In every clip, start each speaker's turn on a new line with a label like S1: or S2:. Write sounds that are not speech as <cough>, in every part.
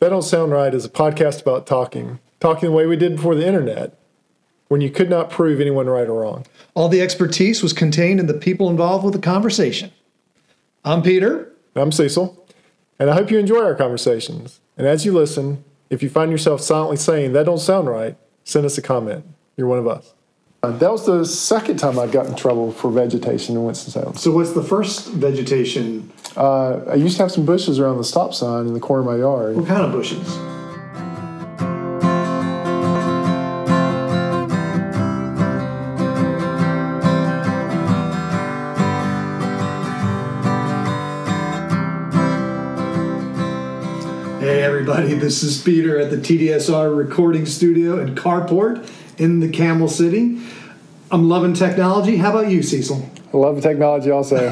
S1: That Don't Sound Right is a podcast about talking, talking the way we did before the internet, when you could not prove anyone right or wrong.
S2: All the expertise was contained in the people involved with the conversation. I'm Peter.
S1: I'm Cecil, and I hope you enjoy our conversations. And as you listen, if you find yourself silently saying, That don't sound right, send us a comment. You're one of us. Uh, that was the second time I got in trouble for vegetation in Winston-Salem.
S2: So, what's the first vegetation?
S1: Uh, I used to have some bushes around the stop sign in the corner of my yard.
S2: What kind of bushes? Hey, everybody, this is Peter at the TDSR recording studio in Carport in the Camel City. I'm loving technology. How about you, Cecil?
S1: I love technology also.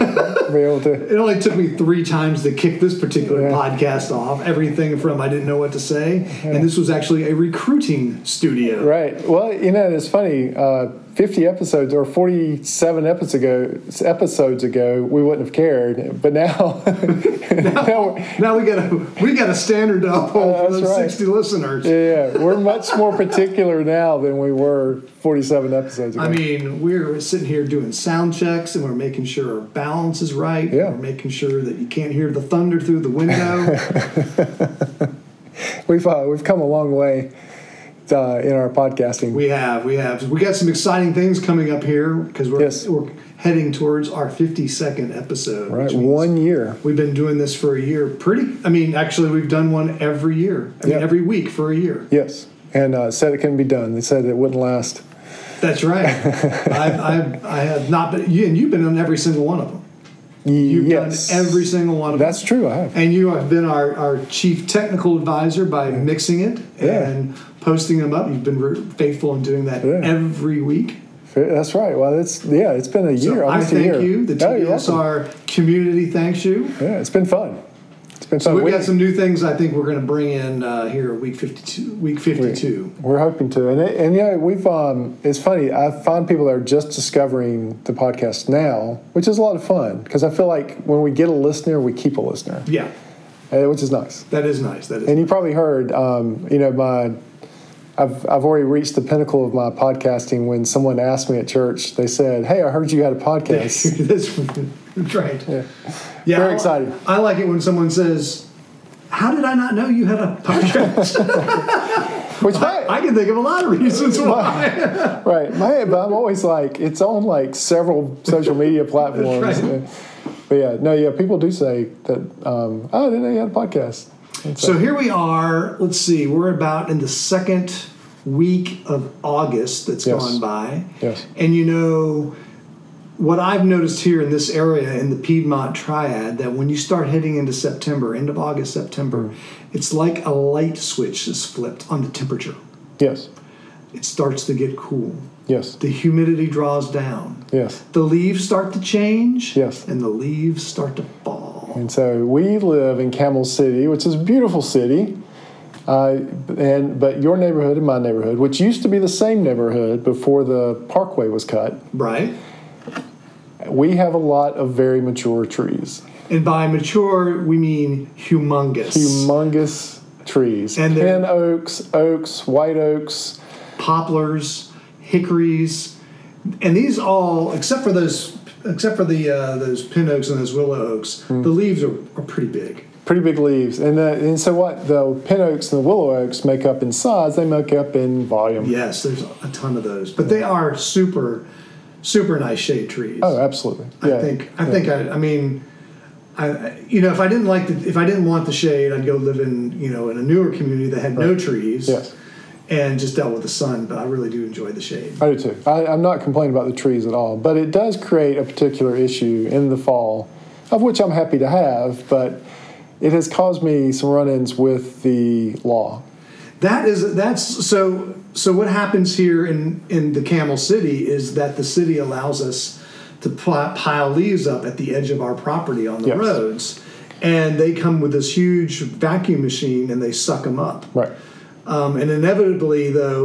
S1: <laughs> Be able to.
S2: It only took me three times to kick this particular
S1: Yeah.
S2: podcast off. Everything from I didn't know what to say, and this was actually a recruiting studio.
S1: Right. Well, you know, it's funny. Uh, 50 episodes or 47 episodes ago, episodes ago, we wouldn't have cared. But now, <laughs> now we're,
S2: Now we got a we got a standard to uphold
S1: Uh,
S2: for
S1: that's
S2: those
S1: right.
S2: sixty listeners.
S1: Yeah, yeah. we're much more particular now than we were 47 episodes ago.
S2: I mean, we're sitting here doing sound checks and we're making sure our balance is right.
S1: Yeah.
S2: We're making sure that you can't hear the thunder through
S1: <laughs>
S2: the window.
S1: we've uh, we've come a long way uh, in our podcasting.
S2: we have, we have. We got some exciting things coming up here because we're,
S1: Yes.
S2: we're heading towards our 52nd episode.
S1: right,
S2: which means
S1: one year.
S2: We've been doing this for a year. Pretty, I mean, actually, we've done one every year. I mean,
S1: Yeah.
S2: every week for a year.
S1: Yes, and uh, said it couldn't be done. They said it wouldn't last.
S2: That's right.
S1: <laughs>
S2: I, I, I have not been, you, and you've been on every single one of them. You've
S1: yes,
S2: done every single one of them.
S1: That's true. I have.
S2: And you have been our, our chief technical advisor by mixing it
S1: Yeah.
S2: and posting them up. You've been re- faithful in doing that
S1: Yeah.
S2: every week.
S1: That's right. Well, it's yeah. It's been a year.
S2: I
S1: almost a
S2: thank
S1: year.
S2: you. The
S1: Oh, you're welcome.
S2: TDSR community thanks you.
S1: Yeah, it's been fun. It's been fun.
S2: We've
S1: Oh, We-
S2: got some new things I think we're going to bring in uh, here at week 52. Week 52.
S1: We're hoping to, and it, and yeah, we've. Um, it's funny. I find people that are just discovering the podcast now, which is a lot of fun because I feel like when we get a listener, we keep a listener,
S2: Yeah,
S1: eh, which is nice.
S2: that is nice. That is
S1: And you probably heard, um, you know, my. I've, I've already reached the pinnacle of my podcasting when someone asked me at church, they said, Hey, I heard you had a podcast.
S2: That's <laughs> right. Yeah.
S1: Very
S2: I-
S1: excited.
S2: I like it when someone says, How did I not know you had a
S1: <laughs>
S2: podcast?
S1: Which, might-
S2: I can think of a lot of reasons why.
S1: Right. My, but I'm always like, it's on like several social
S2: <laughs>
S1: media platforms.
S2: right.
S1: But yeah, no, yeah, people do say that, um, oh, I didn't know you had a podcast.
S2: so here we are. Let's see, we're about in the second week of August that's
S1: Yes.
S2: gone by.
S1: Yes.
S2: And you know, what I've noticed here in this area in the Piedmont Triad that when you start heading into September, end of August, September,
S1: Mm.
S2: it's like a light switch is flipped on the temperature.
S1: Yes.
S2: It starts to get cool.
S1: Yes.
S2: The humidity draws down.
S1: Yes.
S2: The leaves start to change.
S1: Yes.
S2: And the leaves start to fall.
S1: And so we live in Camel City, which is a beautiful city. Uh, and but your neighborhood and my neighborhood, which used to be the same neighborhood before the parkway was cut,
S2: Right?
S1: we have a lot of very mature trees,
S2: And by mature, we mean humongous.
S1: humongous trees,
S2: And they're-
S1: pin oaks, oaks, white oaks.
S2: Poplars, hickories. And these all, except for those, except for the uh, those pin oaks and those willow oaks,
S1: Hmm.
S2: the leaves are, are pretty big.
S1: pretty big leaves. And the, and so what the pin oaks and the willow oaks make up in size, they make up in volume.
S2: Yes, there's a ton of those. But they are super, super nice shade trees.
S1: Oh, absolutely. Yeah.
S2: I think I think I, I mean I- I you know if I didn't like the, if I didn't want the shade I'd go live in you know in a newer community that had no trees
S1: Yes.
S2: and just dealt with the sun but I really do enjoy the shade
S1: I do too. I, I'm not complaining about the trees at all, but it does create a particular issue in the fall, of which I'm happy to have, but it has caused me some run ins with the law.
S2: that is that's so so what happens here in in the Camel City is that the city allows us to pl- pile leaves up at the edge of our property on the
S1: Yes.
S2: roads and they come with this huge vacuum machine and they suck them up
S1: Right.
S2: Um, and inevitably, though,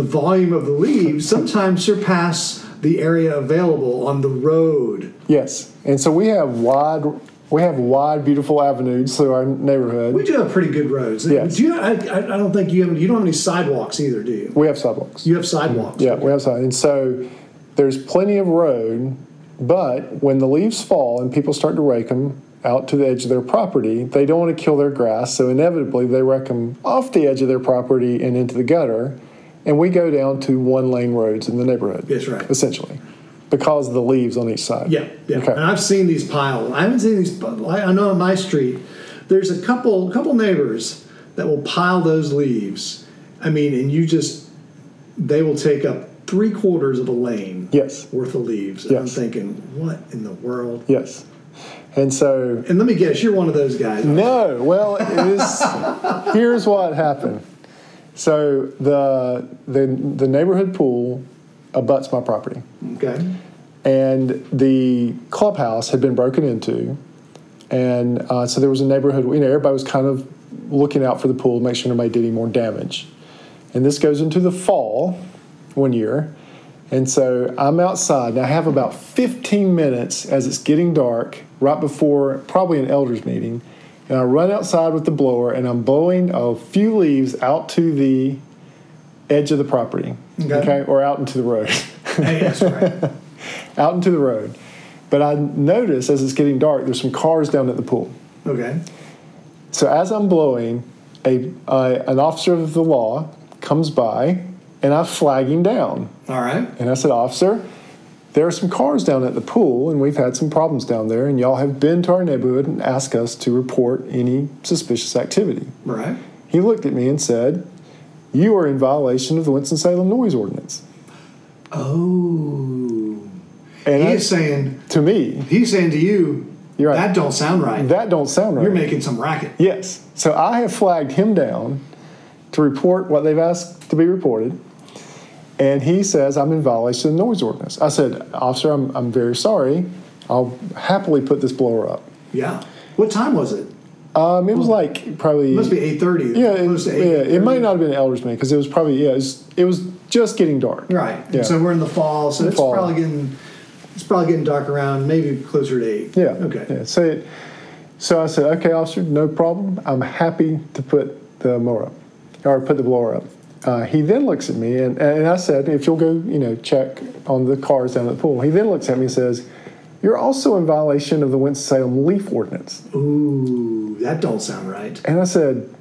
S2: the volume of the leaves sometimes surpass the area available on the road.
S1: Yes. And so we have wide We have wide, beautiful avenues through our neighborhood.
S2: We do have pretty good roads.
S1: Yes.
S2: Do you, I, I I don't think you have, you don't have any sidewalks either, do you?
S1: we have sidewalks.
S2: You have sidewalks.
S1: Yeah, we have sidewalks. And so there's plenty of road, but when the leaves fall and people start to rake them out to the edge of their property, they don't want to kill their grass. So inevitably, they rake them off the edge of their property and into the gutter. And we go down to one lane roads in the neighborhood.
S2: That's right.
S1: Essentially, because of the leaves on each side.
S2: Yeah, yeah.
S1: Okay.
S2: And I've seen these piles. I haven't seen these. but I I know on my street, there's a couple couple neighbors that will pile those leaves. I mean, and you just they will take up three quarters of a lane
S1: Yes.
S2: worth of leaves. And I'm
S1: Yes.
S2: thinking, what in the world?
S1: Yes. And so
S2: And let me guess, you're one of those guys.
S1: No. Well, it is, here's what happened. So the, the the neighborhood pool abuts my property,
S2: Okay.
S1: and the clubhouse had been broken into, and uh, so there was a neighborhood. You know, everybody was kind of looking out for the pool, to make sure nobody did any more damage. And this goes into the fall one year. And so I'm outside, and I have about 15 minutes as it's getting dark, right before probably an elders meeting. And I run outside with the blower, and I'm blowing a few leaves out to the edge of the property,
S2: Okay.
S1: or out into the road, <laughs>
S2: Hey, that's right.
S1: out into the road. But I notice as it's getting dark, there's some cars down at the pool.
S2: Okay.
S1: So as I'm blowing, a, uh, an officer of the law comes by, and I flag him down.
S2: All right.
S1: And I said, Officer, there are some cars down at the pool, and we've had some problems down there, and y'all have been to our neighborhood and asked us to report any suspicious activity.
S2: All right.
S1: He looked at me and said, You are in violation of the Winston-Salem noise ordinance.
S2: Oh.
S1: And
S2: he
S1: I-
S2: is saying
S1: to me,
S2: he's saying to you,
S1: You're right.
S2: that don't sound right.
S1: that don't sound right.
S2: you're making some racket.
S1: Yes. So I have flagged him down to report what they've asked to be reported. And he says, I'm in violation of the noise ordinance. I said, Officer, I'm, I'm very sorry. I'll happily put this blower up.
S2: Yeah. What time was it?
S1: Um, it was like probably.
S2: It Hmm. must be eight thirty.
S1: yeah, it, yeah, it might not have been elders man because it was probably yeah, it was, it was just getting dark.
S2: Right.
S1: Yeah.
S2: And so we're in the fall, so it's
S1: Fall.
S2: probably getting it's probably getting dark around maybe closer to eight.
S1: Yeah.
S2: Okay.
S1: Yeah. So, it, so I said, okay, officer, no problem. I'm happy to put the mower up, or put the blower up. Uh, he then looks at me, and, and I said, if you'll go, you know, check on the cars down at the pool. He then looks at me and says, you're also in violation of the Winston-Salem leaf ordinance.
S2: Ooh, that don't sound right.
S1: And I said,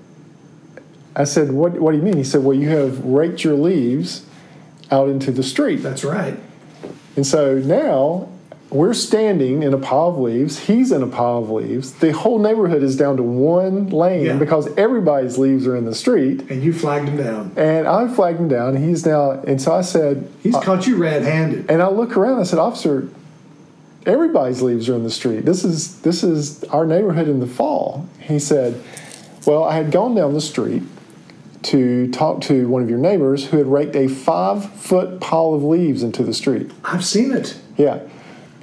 S1: I said, what, what do you mean? He said, well, you have raked your leaves out into the street.
S2: That's right.
S1: And so now we're standing in a pile of leaves. He's in a pile of leaves. The whole neighborhood is down to one lane
S2: Yeah.
S1: because everybody's leaves are in the street.
S2: And you flagged him down.
S1: And I flagged him down. And he's now, and so I said,
S2: He's caught you red-handed.
S1: and I look around. I said, Officer, everybody's leaves are in the street. This is this is our neighborhood in the fall. He said, Well, I had gone down the street to talk to one of your neighbors who had raked a five foot pile of leaves into the street.
S2: I've seen it.
S1: Yeah.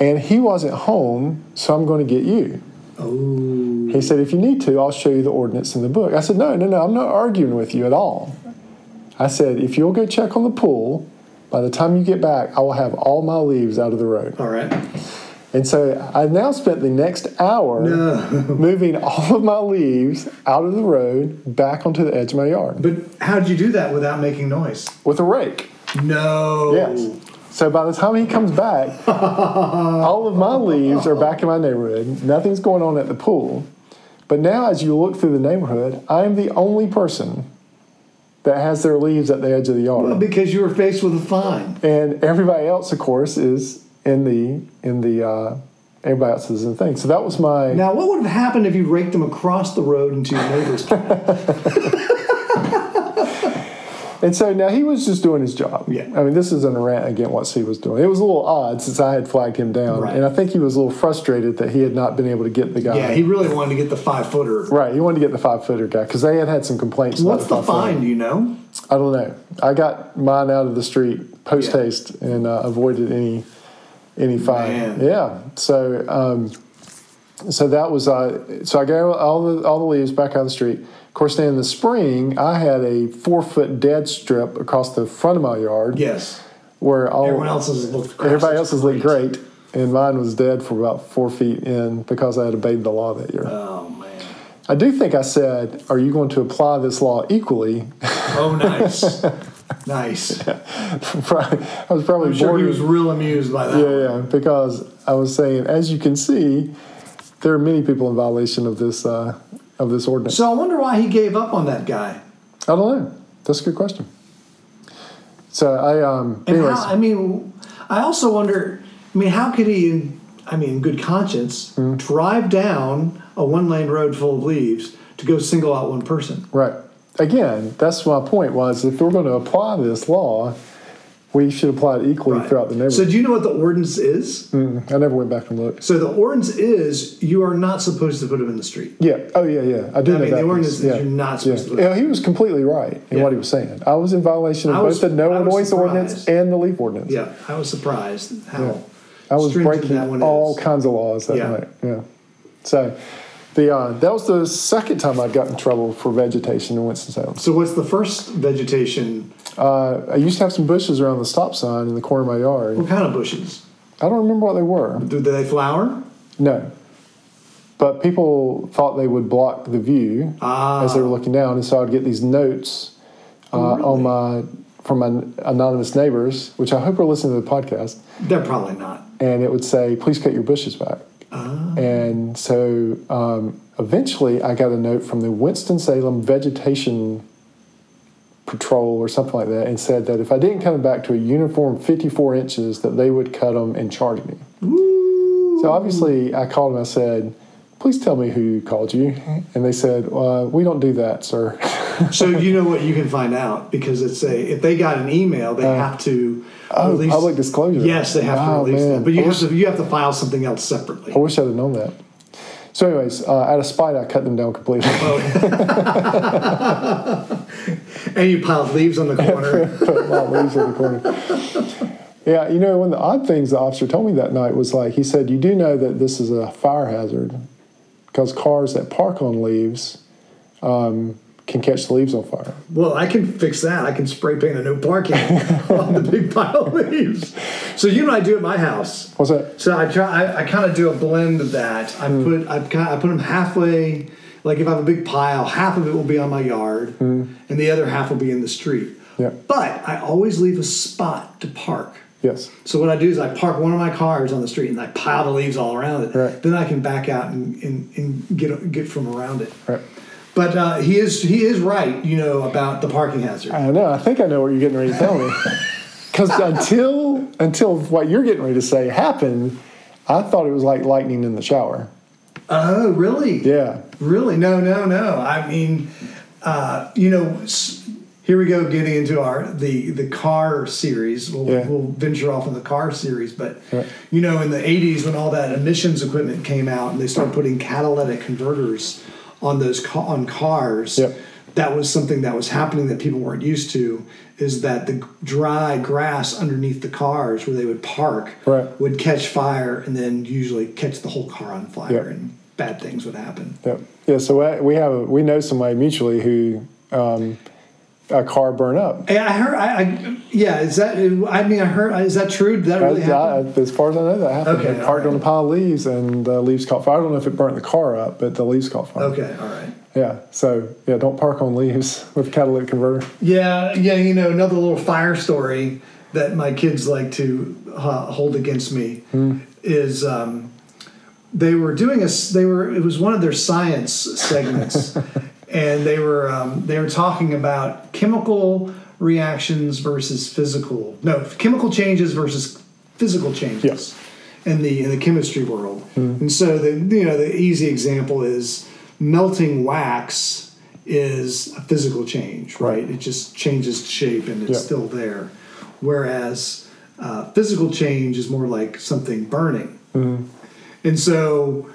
S1: And he wasn't home, so I'm going to get you.
S2: Oh,
S1: He said, if you need to, I'll show you the ordinance in the book. I said, no, no, no, I'm not arguing with you at all. I said, if you'll go check on the pool, by the time you get back, I will have all my leaves out of the road.
S2: all right.
S1: And so I now spent the next hour
S2: No.
S1: <laughs> moving all of my leaves out of the road back onto the edge of my yard
S2: But how did you do that without making noise?
S1: with a rake.
S2: No.
S1: Yes. So by the time he comes
S2: <laughs>
S1: back, all of my leaves are back in my neighborhood. Nothing's going on at the pool. But now, as you look through the neighborhood, I am the only person that has their leaves at the edge of the yard,
S2: Well, because you were faced with a fine.
S1: and everybody else, of course, is in the in the uh, everybody else is in the thing. So that was my
S2: Now, what would have happened if you raked them across the road into your
S1: <laughs>
S2: neighbor's?
S1: And so now he was just doing his job.
S2: Yeah.
S1: I mean, this isn't a rant against what he was doing. It was a little odd since I had flagged him down,
S2: Right.
S1: and I think he was a little frustrated that he had not been able to get the guy.
S2: yeah, he really wanted to get the five footer.
S1: Right, you wanted to get the five footer guy because they had had some complaints. about
S2: What's the
S1: five-footer.
S2: fine? Do you know?
S1: I don't know. I got mine out of the street post
S2: Yeah.
S1: haste and uh, avoided any any fine.
S2: Man.
S1: Yeah. So um, so that was uh, so I got all the all the leaves back out of the street. Of course, then in the spring, I had a four foot dead strip across the front of my yard
S2: Yes.
S1: where all
S2: Everyone else is looked.
S1: everybody else is like great. and mine was dead for about four feet in because I had obeyed the law that year.
S2: Oh man.
S1: I do think I said, "Are you going to apply this law equally?" <laughs>
S2: Oh nice. nice.
S1: Probably- I was probably
S2: I'm sure he
S1: bordering-
S2: was real amused by that.
S1: Yeah, yeah, because I was saying, as you can see, there are many people in violation of this uh, of this ordinance.
S2: So I wonder why he gave up on that guy.
S1: I don't know. That's a good question. So I, um,
S2: And
S1: anyways,
S2: how, I mean, I also wonder. I mean, how could he, in, I mean, in good conscience,
S1: Hmm.
S2: drive down a one-lane road full of leaves to go single out one person?
S1: right. Again, that's my point. Was if we're going to apply this law, we should apply it equally throughout the neighborhood.
S2: So, do you know what the ordinance is?
S1: Mm, I never went back and looked.
S2: So, the ordinance is you are not supposed to put them in the street.
S1: Yeah. Oh, yeah, yeah. I do
S2: I
S1: know
S2: mean,
S1: that.
S2: the ordinance
S1: piece.
S2: is you're not
S1: Yeah.
S2: supposed to.
S1: yeah, he was completely right in
S2: Yeah.
S1: what he was saying. I was in violation of
S2: I
S1: both
S2: was-
S1: the no
S2: I was
S1: noise ordinance
S2: surprised.
S1: and the leaf ordinance.
S2: Yeah, I was surprised how
S1: I was
S2: stringent
S1: breaking
S2: that one
S1: all
S2: is.
S1: kinds of laws that
S2: Yeah.
S1: night. Yeah. So the uh, that was the second time I got in trouble for vegetation in Winston Salem.
S2: So, what's the first vegetation?
S1: Uh, I used to have some bushes around the stop sign in the corner of my yard.
S2: What kind of bushes?
S1: I don't remember what they were.
S2: Do they flower?
S1: No. But people thought they would block the view as they were looking down, and so I'd get these notes uh, on my from my anonymous neighbors, which I hope are listening to the podcast.
S2: They're probably not.
S1: and it would say, "Please cut your bushes back." And so, um, eventually, I got a note from the Winston Salem Vegetation Patrol or something like that, and said that if I didn't cut them back to a uniform 54 inches, that they would cut them and charge me. So obviously, I called them. I said, "Please tell me who called you," and they said, uh, "We don't do that, sir." <laughs>
S2: So you know what you can find out because it's a if they got an email they have to
S1: Uh, oh, public disclosure.
S2: Yes, they have
S1: Wow,
S2: to release
S1: man.
S2: that, but you
S1: I
S2: have
S1: wish-
S2: to you have to file something else separately.
S1: I wish I'd have known that. So, anyways, uh, out of spite, I cut them down completely. <laughs>
S2: And you piled leaves on
S1: <laughs>
S2: the corner.
S1: lot of leaves in the corner. Yeah, you know, one of the odd things the officer told me that night was like, he said, You do know that this is a fire hazard because cars that park on leaves um, can catch the leaves on fire.
S2: well, I can fix that. I can spray paint a no parking on the big pile of leaves. So you know what I do at my house.
S1: What's that?
S2: So I try. I, I kind of do a blend of that.
S1: Mm.
S2: I put I kind I put them halfway. Like if I have a big pile, half of it will be on my yard, and the other half will be in the street.
S1: Mm. Yeah.
S2: But I always leave a spot to park.
S1: Yes.
S2: So what I do is I park one of my cars on the street and I pile the leaves all around it.
S1: Right.
S2: Then I can back out and, and, and get get from around it.
S1: Right.
S2: But uh, he is he is right, you know, about the parking hazard.
S1: I know. I think I know what you're getting ready to tell me. <laughs> Because until until what you're getting ready to say happened, I thought it was like lightning in the shower.
S2: Oh, really?
S1: Yeah.
S2: Really? No, no, no. I mean, uh, you know, s- here we go getting into our the the car series. We'll,
S1: Yeah.
S2: we'll venture off in the car series, but
S1: Right.
S2: you know, in the '80s when all that emissions equipment came out and they started putting catalytic converters on those ca- on cars.
S1: Yep.
S2: That was something that was happening that people weren't used to. Is that the g- dry grass underneath the cars where they would park
S1: Right.
S2: would catch fire and then usually catch the whole car on fire
S1: Yep.
S2: and bad things would happen.
S1: Yep. Yeah. So I, we have we know somebody mutually who um, a car burned up.
S2: Hey, I heard. I, I yeah. Is that? I mean, I heard. Is that true? Did that really
S1: As, I,
S2: happen?
S1: as far as I know, that happened.
S2: Okay,
S1: they parked on a pile of leaves, and the leaves caught fire. I don't know if it burnt the car up, but the leaves caught fire.
S2: Okay. All right.
S1: Yeah. So yeah, don't park on leaves <laughs> with catalytic converter.
S2: Yeah. Yeah. You know, another little fire story that my kids like to uh, hold against me is um, they were doing a. s- They were. It was one of their
S1: <laughs>
S2: science segments, and they were um, they were talking about chemical reactions versus physical. No, chemical changes versus physical changes.
S1: Yes. Mm-hmm.
S2: in the in the chemistry world. And so the you know the easy example is melting wax is a physical change, right? It just changes shape and it's
S1: Yeah.
S2: still there. Whereas uh, physical change is more like something burning. And so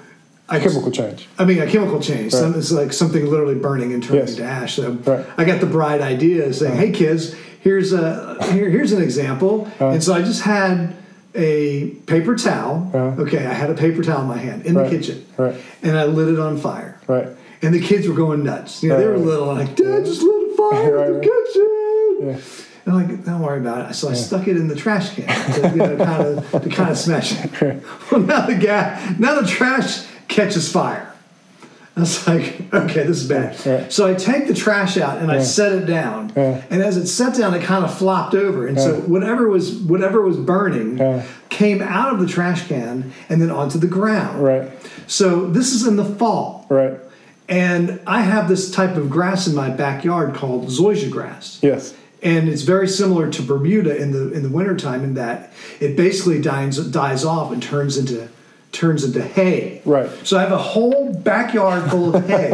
S2: I
S1: Chemical change.
S2: I mean, a chemical change. Some, it's like something literally burning and turning
S1: Yes.
S2: to ash. So
S1: Right. Uh-huh.
S2: I got the bright idea of saying, "Hey, kids, here's a here, here's an example."
S1: Uh-huh.
S2: and so I just had a paper towel. Okay, I had a paper towel in my hand in
S1: Uh-huh. Right.
S2: the kitchen,
S1: Right.
S2: and I lit it on fire.
S1: Right.
S2: And the kids were going nuts. You know, they were
S1: Right. <laughs>
S2: little, like, "Dad, just lit a fire in
S1: Uh, Right,
S2: the kitchen." They're like, don't worry about it. So I stuck it in the trash can to, you know, kind of, to kind of smash
S1: <laughs>
S2: it. Well, now the guy, now the trash catches fire. I was like, okay, this is bad.
S1: Yeah.
S2: So I take the trash out and I set it down.
S1: Yeah.
S2: And as it set down, it kind of flopped over. And so whatever was whatever was burning
S1: Yeah.
S2: came out of the trash can and then onto the ground.
S1: Right.
S2: So this is in the fall.
S1: Right.
S2: And I have this type of grass in my backyard called zoysia grass.
S1: Yes.
S2: And it's very similar to Bermuda in the in the wintertime in that it basically dies dies off and turns into turns into hay.
S1: Right.
S2: So I have a whole backyard full of hay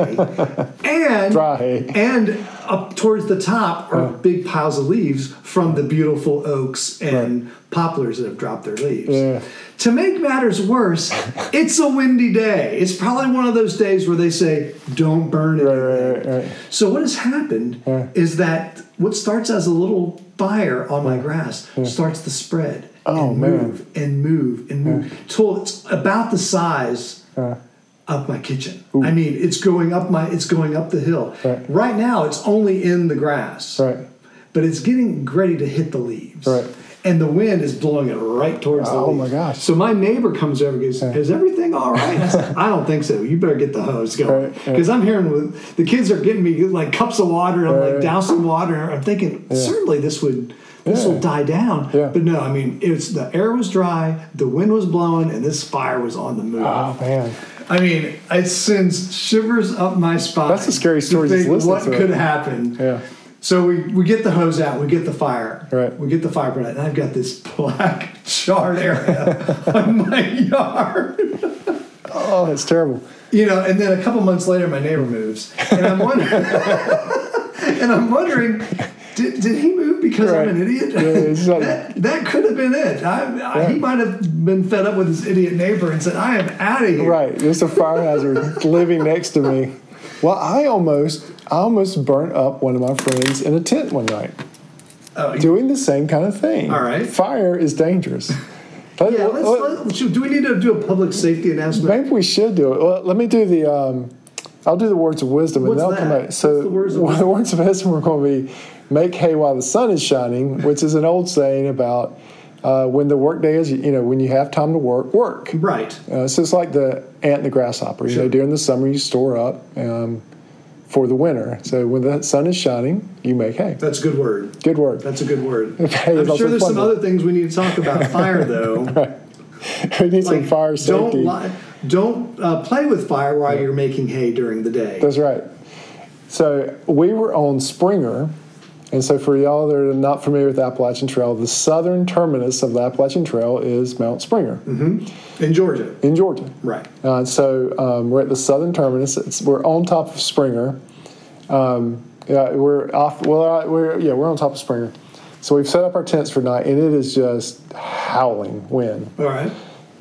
S2: and
S1: Dry hay.
S2: and up towards the top are big piles of leaves from the beautiful oaks and poplars that have dropped their leaves.
S1: Yeah.
S2: To make matters
S1: <laughs>
S2: worse, it's a windy day. It's probably one of those days where they say, "Don't burn it."
S1: Right, right, right.
S2: So what has happened is that what starts as a little fire on my grass starts to spread
S1: Oh,
S2: and
S1: man.
S2: move and move and move till it's about the size of my kitchen. I mean, it's going up my it's going up the hill.
S1: Right.
S2: now, it's only in the grass,
S1: Right.
S2: but it's getting ready to hit the leaves.
S1: Right.
S2: And the wind is blowing it right towards the
S1: Oh,
S2: leaves.
S1: my gosh.
S2: So my neighbor comes over and goes, "Is everything all right?" I said, "I don't think so. You better get the hose going
S1: Right, right.
S2: because I'm hearing with, the kids are getting me like cups of water. I'm like
S1: Right.
S2: dousing water. I'm thinking certainly this would this
S1: Yeah.
S2: will die down.
S1: Yeah.
S2: But no, I mean it's the air was dry, the wind was blowing, and this fire was on the move.
S1: Oh man.
S2: I mean, it sends shivers up my spine.
S1: That's a scary story
S2: To
S1: just
S2: think
S1: listening
S2: what
S1: to it.
S2: could happen?
S1: Yeah.
S2: So we, we get the hose out, we get the fire,
S1: Right.
S2: we get the fire put out, and I've got this black <laughs> charred area <laughs> on my yard.
S1: Oh, that's terrible.
S2: You know, and then a couple months later, my neighbor moves, and I'm wondering, <laughs> and I'm wondering, did, did he move because I'm an
S1: Right.
S2: idiot?
S1: Yeah, it's like-
S2: <laughs> that, that could have been it. I, I, he
S1: Yeah.
S2: might have been fed up with his idiot neighbor and said, "I am out of here."
S1: Right. There's a fire hazard <laughs> living next to me. Well, I almost I almost burnt up one of my friends in a tent one night.
S2: Oh, he-
S1: Doing the same kind of thing.
S2: All right.
S1: Fire is dangerous. Let-
S2: Yeah, let's,
S1: let-
S2: let- should- do we need to do a public safety announcement?
S1: Maybe we should do it. Well, let me do the. Um, I'll do the words of wisdom,
S2: What's
S1: and they'll
S2: that?
S1: come out.
S2: What's
S1: So
S2: the words of
S1: well, <laughs> the words of wisdom are going to be, "Make hay while the sun is shining," which is an old saying about uh, when the workday is. You know, when you have time to work, work.
S2: Right.
S1: Uh, so it's like the ant and the grasshopper. You know,
S2: Sure.
S1: during the summer you store up um, for the winter. So when the sun is shining, you make hay.
S2: That's a good word.
S1: Good work. <laughs>
S2: That's a good word.
S1: Hey,
S2: I'm
S1: that's
S2: sure there's some
S1: funny.
S2: other things we need to
S1: <laughs>
S2: talk about. Fire, though.
S1: we need some
S2: Like,
S1: fire safety.
S2: Don't, li- don't uh, play with fire while you're making hay during the day.
S1: That's right. So we were on Springer, and so for y'all that are not familiar with the Appalachian Trail, the southern terminus of the Appalachian Trail is Mount Springer
S2: In Georgia.
S1: in Georgia.
S2: Right.
S1: Uh, so um, we're at the southern terminus. It's, we're on top of Springer. Um, yeah, we're off. Well, uh, we're yeah, we're on top of Springer. So we've set up our tents for night, and it is just howling wind.
S2: All right.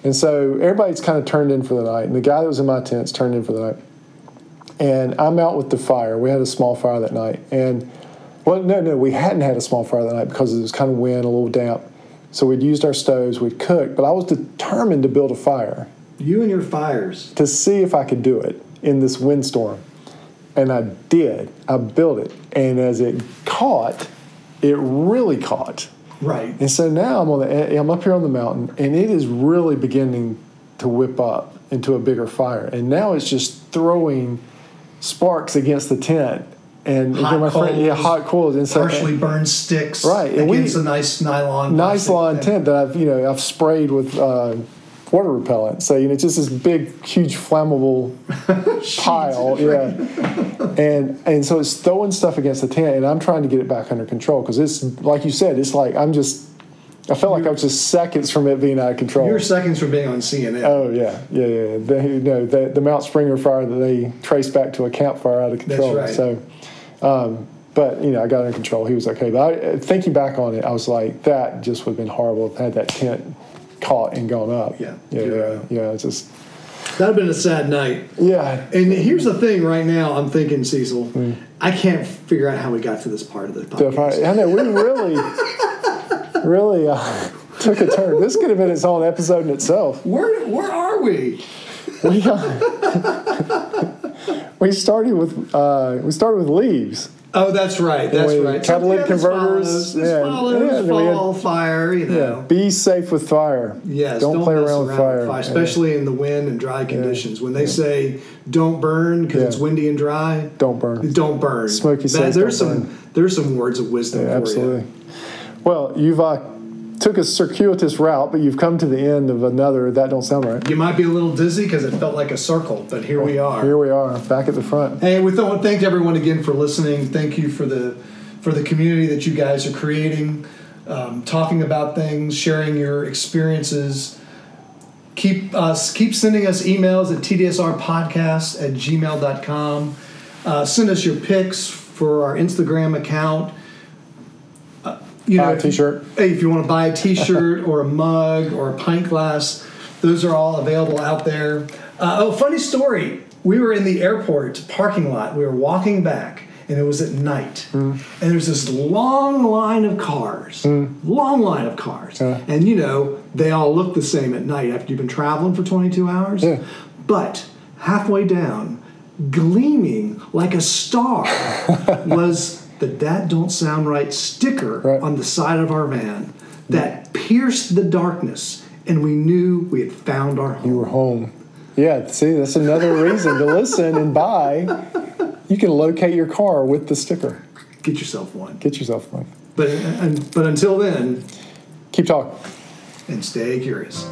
S1: And so everybody's kind of turned in for the night. And the guy that was in my tent's turned in for the night. And I'm out with the fire. We had a small fire that night. And well, no, no, we hadn't had a small fire that night because it was kind of wind, a little damp. So we'd used our stoves, we'd cooked, but I was determined to build a fire
S2: You and your fires.
S1: to see if I could do it in this windstorm. And I did. I built it. And as it caught, it really caught.
S2: Right.
S1: And so now I'm on the I'm up here on the mountain, and it is really beginning to whip up into a bigger fire. And now it's just throwing sparks against the tent, and
S2: Hot
S1: again, my friend, yeah,
S2: coals,
S1: hot coals, and so
S2: Partially burned sticks.
S1: Right, and we-
S2: Against a nice nylon.
S1: nice
S2: plastic
S1: lawn
S2: thing.
S1: tent that I've you know I've sprayed with uh, water repellent. So you know it's just this big, huge, flammable pile, yeah. And and so it's throwing stuff against the tent, and I'm trying to get it back under control because it's like you said, it's like I'm just. I felt like I was just seconds from it being out of control.
S2: You were seconds from being on CNN.
S1: Oh yeah, yeah, yeah. They, you know, the, the Mount Springer fire that they traced back to a campfire out of control.
S2: right.
S1: So, um, but you know, I got under control. He was okay. But I, uh, thinking back on it, I was like, that just would have been horrible. If I had that tent caught and gone up.
S2: Yeah,
S1: yeah,
S2: you're
S1: yeah.
S2: right.
S1: yeah it's just
S2: That'd have been a sad night.
S1: yeah.
S2: And here's the thing right now, I'm thinking, Cecil, I can't figure out how we got to this part of the
S1: Hmm. The
S2: podcast.
S1: fire- I know we
S2: <laughs>
S1: really, really uh, took a turn. This could have been its own episode in itself.
S2: Where, where are we?
S1: <laughs> We, uh, we started with uh, we started with leaves.
S2: Oh, that's right. That's
S1: we-
S2: right.
S1: catalytic
S2: this
S1: converters,
S2: follows, This
S1: yeah, yeah,
S2: follows
S1: then we had-
S2: fall, fire, you
S1: Yeah.
S2: know.
S1: Be safe with fire.
S2: Yes,
S1: Don't, play
S2: mess
S1: around with fire.
S2: especially in the wind and dry conditions. When they say "don't burn" because it's
S1: Yeah.
S2: windy and dry,
S1: Yeah. Don't burn.
S2: don't burn.
S1: Smokey
S2: That-
S1: says
S2: there's
S1: don't
S2: some there's some words of wisdom for
S1: Absolutely. Well, you've uh, took a circuitous route, but you've come to the end of another. That don't sound right.
S2: you. You might be a little dizzy because it felt like a circle, but here we are.
S1: Here we are, back at the front.
S2: Hey, we want to thank everyone again for listening. Thank you for the for the community that you guys are creating, um, talking about things, sharing your experiences. Keep us keep sending us emails at tdsrpodcast at gmail.com. Uh, send us your pics for our Instagram account. Uh, you
S1: Buy a
S2: if you-
S1: t-shirt.
S2: Hey, if you want to buy a T-shirt or a mug or a pint glass, those are all available out there. Uh, oh, funny story. We were in the airport parking lot. We were walking back, and it was at night.
S1: Hmm.
S2: And there's this long line of cars, long line of cars.
S1: Yeah.
S2: And you know, they all look the same at night after you've been traveling for 22 hours.
S1: Yeah.
S2: But halfway down, gleaming like a
S1: <laughs>
S2: star, was the That Don't Sound Right sticker
S1: Right.
S2: on the side of our van that pierced the darkness, and we knew we had found our home.
S1: We're home. Yeah, see, that's another reason to listen and buy. You can locate your car with the sticker.
S2: Get yourself one.
S1: Get yourself one.
S2: But, and, but until then,
S1: Keep talking.
S2: and stay curious.